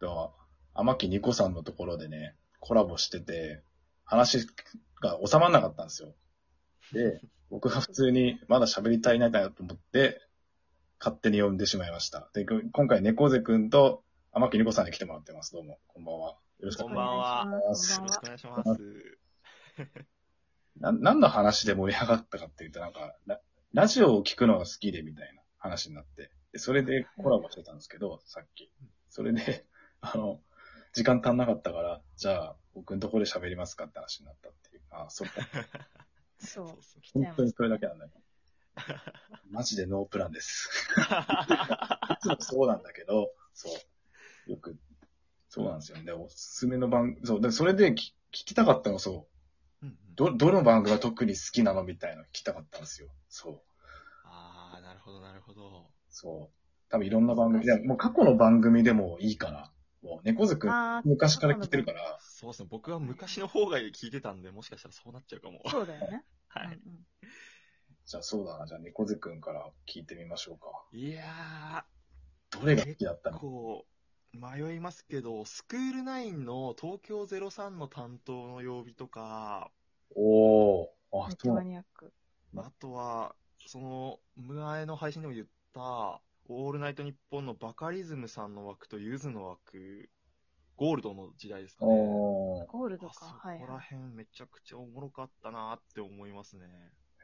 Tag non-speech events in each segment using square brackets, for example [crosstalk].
と、天木二子さんのところでね、コラボしてて、話が収まらなかったんですよ。で、僕が普通にまだ喋り足りないかなと思って、勝手に呼んでしまいました。で、く今回猫背くんと天木二子さんに来てもらってます。どうも、こんばんは。よろしくおこ願いんしばまんはお願いしよろしくお願ますいします。す。な何の話で盛り上がったかっていうと、なんかラ、ラジオを聞くのが好きでみたいな話になって、でそれでコラボしてたんですけど、さっき。それで、あの、時間足んなかったから、じゃあ、僕のところで喋りますかって話になったっていう。あ、そっか。そうそうっすね本来ちゃいました当にそれだけなんだよ。マジでノープランです。いつもそうなんだけど、そう。よく、そうなんですよね。でおすすめの番、そう。で、それでき聞きたかったの、そう。うんうんど、どの番組が特に好きなのみたいなの聞きたかったんですよ。そう。ああ、なるほど、なるほど。そう。多分いろんな番組。で難しいもう過去の番組でもいいから。もう、猫ずくん、あー昔から聞いてるから、そうですね。僕は昔の方が聞いてたんで、もしかしたらそうなっちゃうかも。そうだよね。はうんい。うんじゃあそうだな。じゃあ猫ずくんから聞いてみましょうか。いやどれが好きだったー、のこう、迷いますけど、スクール9の東京03の担当の曜日とか、おー。あめっ、ちそゃうマなんだ。ニアック。あとは、その、前の配信でも言った、オールナイトニッポンのバカリズムさんの枠とユズの枠、ゴールドの時代ですかね。おー。ゴールドあか。そはいこはらい。辺めちゃくちゃおもろかったなって思いますね。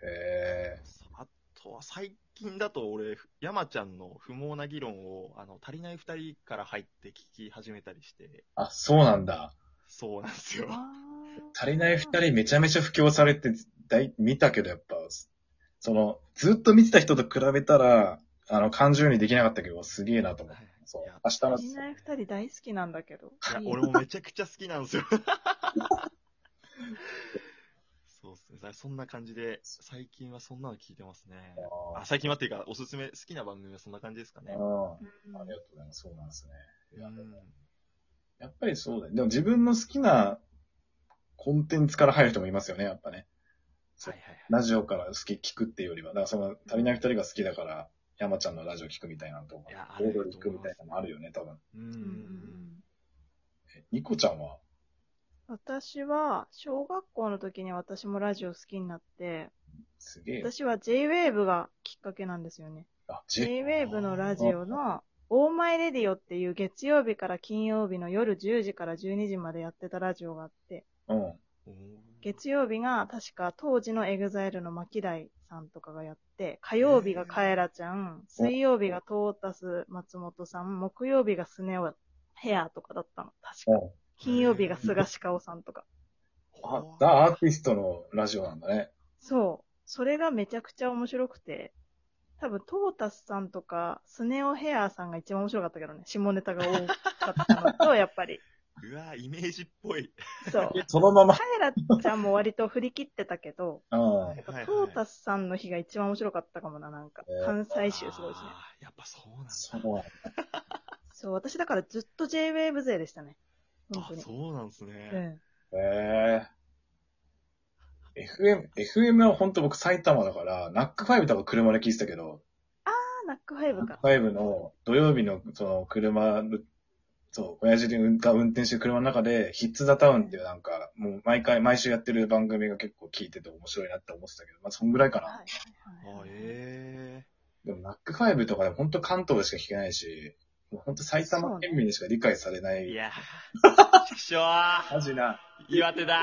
へさあとは最近だと俺、山ちゃんの不毛な議論を、あの、足りない二人から入って聞き始めたりして、ー。あ、そうなんだ。そうなんですよ。あ足りない二人めちゃめちゃ布教されて、だい見たけどやっぱ、その、ずっと見てた人と比べたら、あの、感情にできなかったけど、すげえなと思っはて。いそういや。明日ー。の足りない二人大好きなんだけど。いや、いい俺もめちゃくちゃ好きな [laughs] んですよ。そうですね。さそんな感じで、最近はそんなの聞いてますね。あ、最近はっていうか、おすすめ、好きな番組はそんな感じですかね。あうんあ、ありがとうございます。そうなんですね。いやうんやっぱりそうだね。でも自分の好きなコンテンツから入る人もいますよね、やっぱね。はいはいラジオから好き聞くっていうよりは、だからその、足りない二人が好きだから、山ちゃんのラジオ聞くみたいなのとかいや、あオるーとドリー聞く思いますみたいなのもあるよね、多分。うんううんんううんん。うんえニコちゃんは私は、小学校の時に私もラジオ好きになって、すげえ。私は J-Wave がきっかけなんですよね。あ、J- J-Wave のラジオの、オーマイレディオっていう月曜日から金曜日の夜10時から12時までやってたラジオがあって、うん。おー月曜日が確か当時のエグザイルの巻貝さんとかがやって、火曜日がカエラちゃん、水曜日がトータス松本さん、木曜日がスネオヘアとかだったの。確か。うん。金曜日が菅氏香さんとか。あお、ーザ・アーティストのラジオなんだね。そう。それがめちゃくちゃ面白くて、多分トータスさんとかスネオヘアさんが一番面白かったけどね。下ネタが多かったのと、やっぱり。うわイメージっぽい。 [laughs] そう。そのままカ。エラちゃんも割と振り切ってたけど、うん。やっぱトータスさんの日が一番面白かったかもな、なんかえ。ー関西州すごいですね。あーやっぱそうなんだ。そうなんだ。そう、私だからずっと J-Wave 勢でしたね。本あ当、に。そうなんですうね。ん。へえ。FM、FM は本当僕埼玉だから、ナックファイブとか車で聞いてたけど、あ、ナックファナイブックかフ。ァイブの土曜日のその車の、そう、親父が運転してる車の中で、ヒッツ・ザ・タウンっていうなんか、もう毎回、毎週やってる番組が結構聞いてて面白いなって思ってたけど、まあそんぐらいかはな。いはいあはいえでもナックファイブとかでも本当関東でしか聞けないし、もう本当埼玉県民にしか理解されなえい。いやー、ちくしょマージな。岩手だ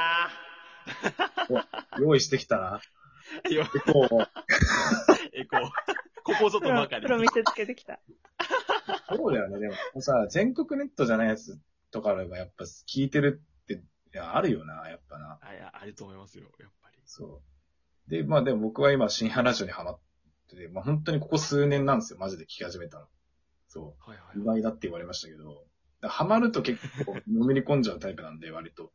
用意してきたな。ーよ結構、え、こう、ここぞとプロばかりプ。ロ見せつけてきた。そうだよね。でもさ、全国ネットじゃないやつとかがやっぱ聞いてるって、いや、あるよな、やっぱな。あ、いや、あると思いますよ、やっぱり。そう。で、まあでも僕は今、深夜ラジオにハマってて、まあ本当にここ数年なんですよ、マジで聞き始めたの。そはいはう。い意は外い。だって言われましたけど、だからハマると結構、のめり込んじゃうタイプなんで、割と。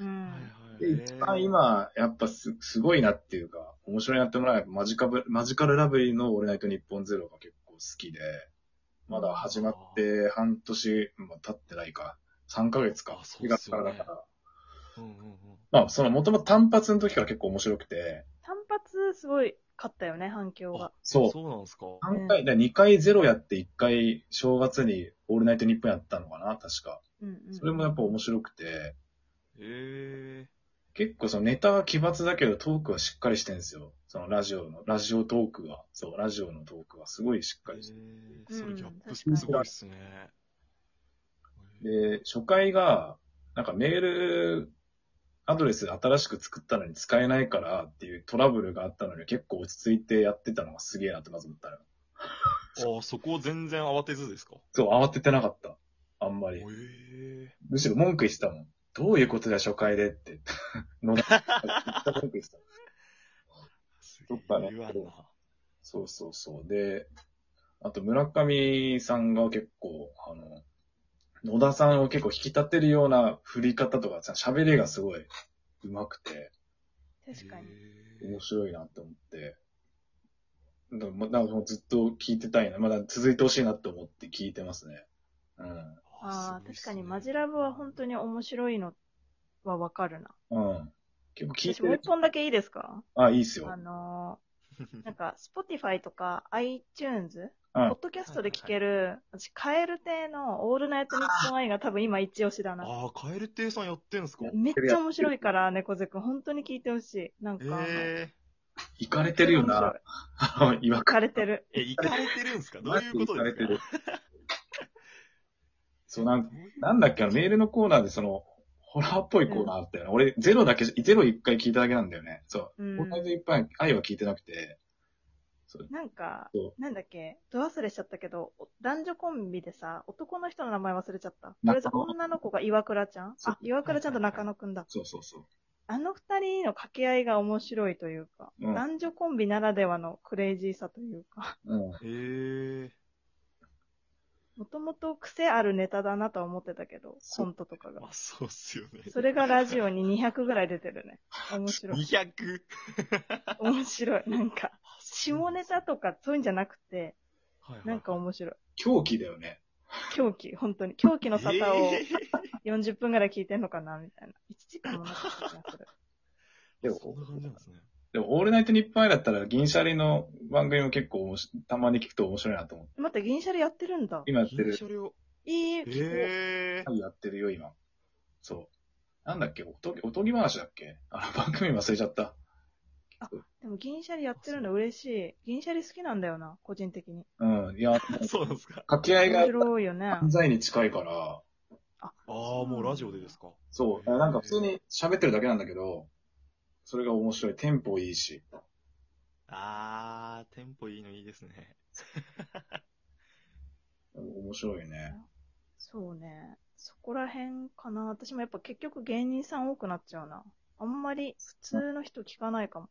うはん。いはで、い一番、今、やっぱす、すごいなっていうか、面白いなってもらうのはマジカブ、マジカルラブリーのオールナイトニッポンゼロが結構好きで、まだ始まって半年も経ってないか、3ヶ月かあ、そう4っ月すかよらねだから、うんうんうん。まあ、その、もともと単発の時から結構面白くて、単発すごい勝ったよね、反響が。そう。そうなんですか。三回、だ2回ゼロやって1回正月にオールナイトニッポンやったのかな、確か。うんうん。それもやっぱ面白くて、え結構そのネタは奇抜だけどトークはしっかりしてるんですよ。そのラジオの、ラジオトークは、そう、ラジオのトークはすごいしっー、かりしてえうんー、それギャップ確すかにごいっすね。る。えーで、初回が、なんかメールアドレス新しく作ったのに使えないからっていうトラブルがあったのに結構落ち着いてやってたのがすげえなってまず思ったら。ああ、そこを全然慌てずですかそう、慌ててなかった。あんまえり。ー、むしろ文句言ってたもん。どういうことだ、初回でって。 [laughs] のだ、文句言ってた。すどげっかねえ言わんな。そうそうそう。で、あと村上さんが結構、あの、野田さんを結構引き立てるような振り方とか、喋りがすごい上手くて、確かに。えー面白いなって思って、だからまだからもうずっと聞いてたいな、まだ続いてほしいなって思って聞いてますね。うん。ああ、確かにマジララブは本当に面白いのはわかるな。うん。結構聞い私てもうる一。本だけいいですかあ、いいっすよ。あのー、なんか、Spotify とか iTunes、うんポッドキャストで聴ける、私、カエル亭のオールナイトニッポン愛が多分今一押しだな。ああ、カエル亭さんやってんすかめっちゃ面白いから、猫背くん、本当に聞いてほしい。なんか、え行かれてるよ面な白い。。 [laughs] いわ浮かれてる。ー、え、行かれてるんすかどういうことですかマジで行かれてる [laughs] そう、なんかどういうなんだっけ、あのメールのコーナーでその、ホラーっぽいコーナーあったよね。俺、ゼロだけ、ゼロ一回聞いただけなんだよね。そうう。ん [laughs] ホラーズいっぱい愛は聞いてなくて。なんかそ、なんだっけ、ど忘れしちゃったけど、お男女コンビでさ、男の人の名前忘れちゃった。とりあえず中野女の子が岩倉ちゃんそうあ、岩倉ちゃんと中野くんだ。そうそうそう。あの二人の掛け合いが面白いというか、うん男女コンビならではのクレイジーさというか、うん。えー、もともと癖あるネタだなとは思ってたけど、そコうントとかがまあ。そうっすよね。それがラジオに200ぐらい出てるね。面白い。 200? 面白い。なんか、下ネタとかそういうんじゃなくて、はいはいなんか面白い。狂気だよね。狂気、本当に。狂気の沙汰をえ40分ぐらい聞いてんのかなみたいな。1時間もなかった気がする。でー、そんな感じなんもで、すね。でもオールナイトニッポン愛だったら、銀シャリの番組も結構面白いたまに聞くと面白いなと思って。待って、銀シャリやってるんだ。今やって銀るシ。ャリを。いい、聞こえー、やってるよ、今。そう。なんだっけ、おとぎ、おとぎ話だっけあの番組忘れちゃった。う。でも銀シャリやってるの嬉しい。銀シャリ好きなんだよな、個人的に。うん。いや、そうなんですか。掛け合い面が白いよね。犯罪に近いから、ああ、もうラジオでですか。そう。だからなんか普通に喋ってるだけなんだけど、それが面白い。テンポいいし。あー、テンポいいのいいですね。面白いね。そうね。そこら辺かな。私もやっぱ結局芸人さん多くなっちゃうな。あんまり普通の人聞かないかも。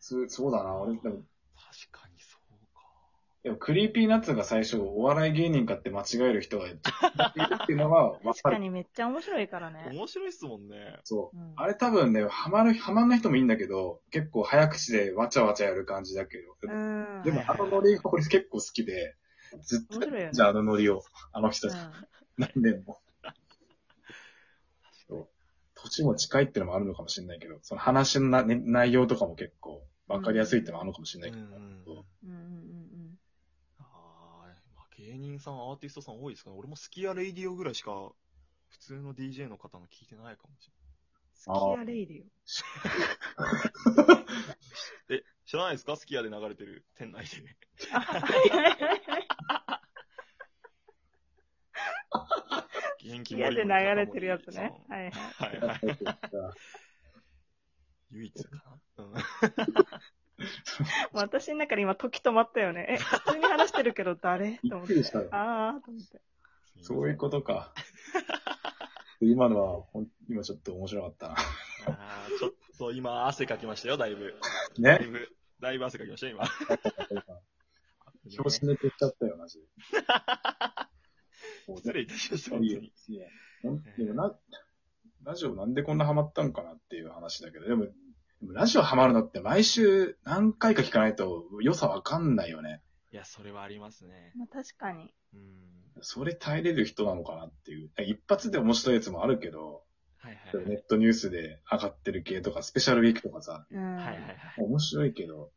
そうそうだな。俺、でも、確かにそうか。でもクリーピーナッツが最初、お笑い芸人かって間違える人がいるっていうのが分か確かる。にめっちゃ面白いからね。面白いっすもんね。そう。うん、あれ多分ね、ハマる、ハマんない人もいいんだけど、結構早口でわちゃわちゃやる感じだけど。うん。でもはい、あのノリが俺結構好きで、ずっ面白いよねと、じゃああのノリを、あの人うんたち、何年も。土地も近いってのもあるのかもしれないけど、その話のな、ね、内容とかも結構分かりやすいってのもあるのかもしれうなんいけうど、んうん。うんうんうんあーまあ、芸人さん、アーティストさん多いですかね。俺もスキヤレイディオぐらいしか、普通の DJ の方の聞いてないかもしうん。好きやレイディ [laughs] れない。え、知らないですかスキヤで流れてる、店 [laughs] 内で。オ。元気好きやで流れてるやつ森ね森。はいはい。さんはいはい。う唯一かな。うん。もう私の中で今時止まったよね。え、普通に話してるけど誰ん、とび思っっくて。りしたよ。あーと思って。 [laughs] [laughs] そういうことか。今のはほん、今ちょっと面白かったあーちょっと今、汗かきましたよ、だいぶ。な。だいねぶ、だいぶ汗かきましたよ、今。表紙で出ちゃったよ、マジで。失礼いたしました、い本い当よに。いいよほんでもな、ラジオなんでこんなハマったんかなっていう話だけど、でも、でもラジオハマるのって毎週何回か聞かないと良さわかんないよね。いや、それはありますね。まあ確かに。うん。それ耐えれる人なのかなっていう。一発で面白いやつもあるけど、はいはいはい。ネットニュースで上がってる系とか、スペシャルウィークとかさ、うん。はいはいはい。面白いけど、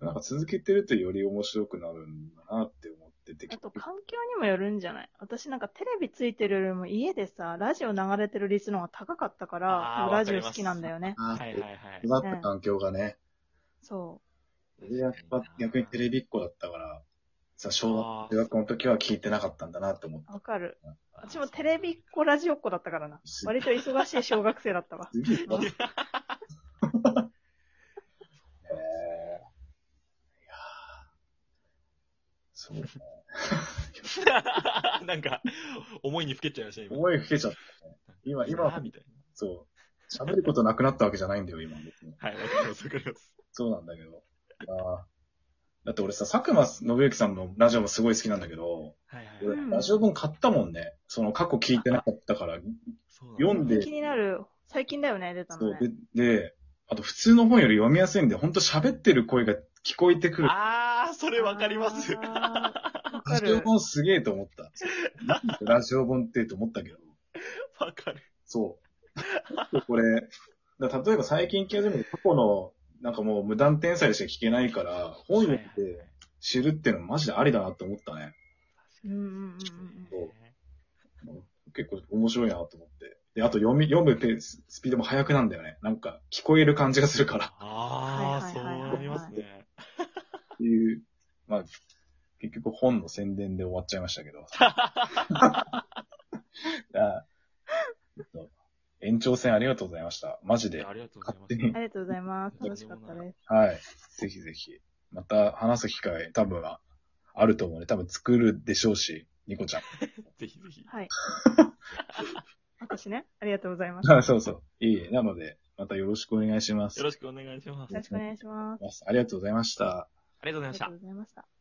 なんか続けてるとより面白くなるんだなって思っ出てあきてと、環境にもよるんじゃない私なんかテレビついてるよりも家でさ、ラジオ流れてる率の方が高かったから、あーラジオ好きなんだよね。ああ、はいはいはい。育った環境がね、そでやっぱ逆にテレビっ子だったから、さ、小学あー中学校の時は聞いてなかったんだなって思ってう。。わかる。あ私もテレビっ子、ラジオっ子だったからなす。割と忙しい小学生だったわ。すげえうんえーいやーそうね。なんか、思いにふけちゃいました、今。思い吹けちゃったね。今、あー今、みたいそう。喋ることなくなったわけじゃないんだよ、今。別にな。はい、わかります、わかります。そうなんだけど。あーだって俺さ、佐久間信之さんのラジオもすごい好きなんだけど、はいはい。俺うんラジオ本買ったもんね。その過去聞いてなかったから。そう読んで気になる。最近だよね、出たそのうね。で、で、あと普通の本より読みやすいんで、ほんと喋ってる声が聞こえてくる。あー、それわかります。あーわラかジオる。本すげえと思 [laughs] った。なんでラジオ本ってと思ったけど。わかる。そう。これ、だから例えば最近聞き始めて過去の、なんかもう無断転載でしか聞けないから、本読んで知るっていうのマジでありだなって思ったね。うんうんうんそう結構面白いなと思って。で、あと読み、読むペース、スピードも速くなんだよね。なんか聞こえる感じがするから。っあー、はいそうはいはいはいなりますね。ていう、まあ、結局本の宣伝で終わっちゃいました [laughs] けど。あちょっと延長戦ありがとうございました。マジいでや。ありがとうござい勝ます手。にあ。りがとうございます。楽しかったです。はい。ぜひぜひ。また話す機会多分ああると思うね。多分作るでしょうし、ニコちゃん。ぜひぜひ。はい。私ね、ありがとうございます。よあ [laughs] そうそう。いいえ。なので、またよろしくお願いします。よろしくお願いします。ろしくお願いします。ありがとうございました。ありがとうございまありしたがと。うございました。